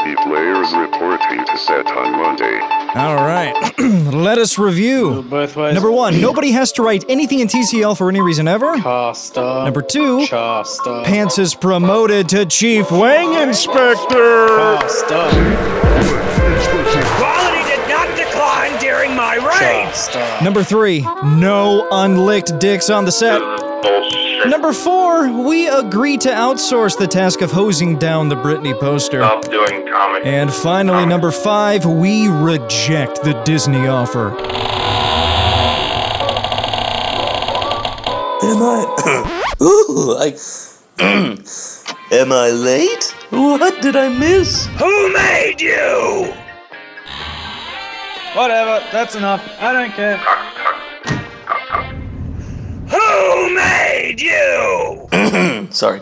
Doctors report heat set on Monday. All right. Let us review. Birthways. Number one, nobody has to write anything in TCL for any reason ever. Pasta. Number two, Pasta. Pants is promoted to Chief Wang Inspector. Pasta. Quality did not decline during my reign. Pasta. Number three, no unlicked dicks on the set. Bullshit. Number four, we agree to outsource the task of hosing down the Britney poster. Stop doing comedy. And finally, number five, we reject the Disney offer. Am I? Ooh, I. Am I late? What did I miss? Who made you? Whatever. That's enough. I don't care. Who made you? Sorry.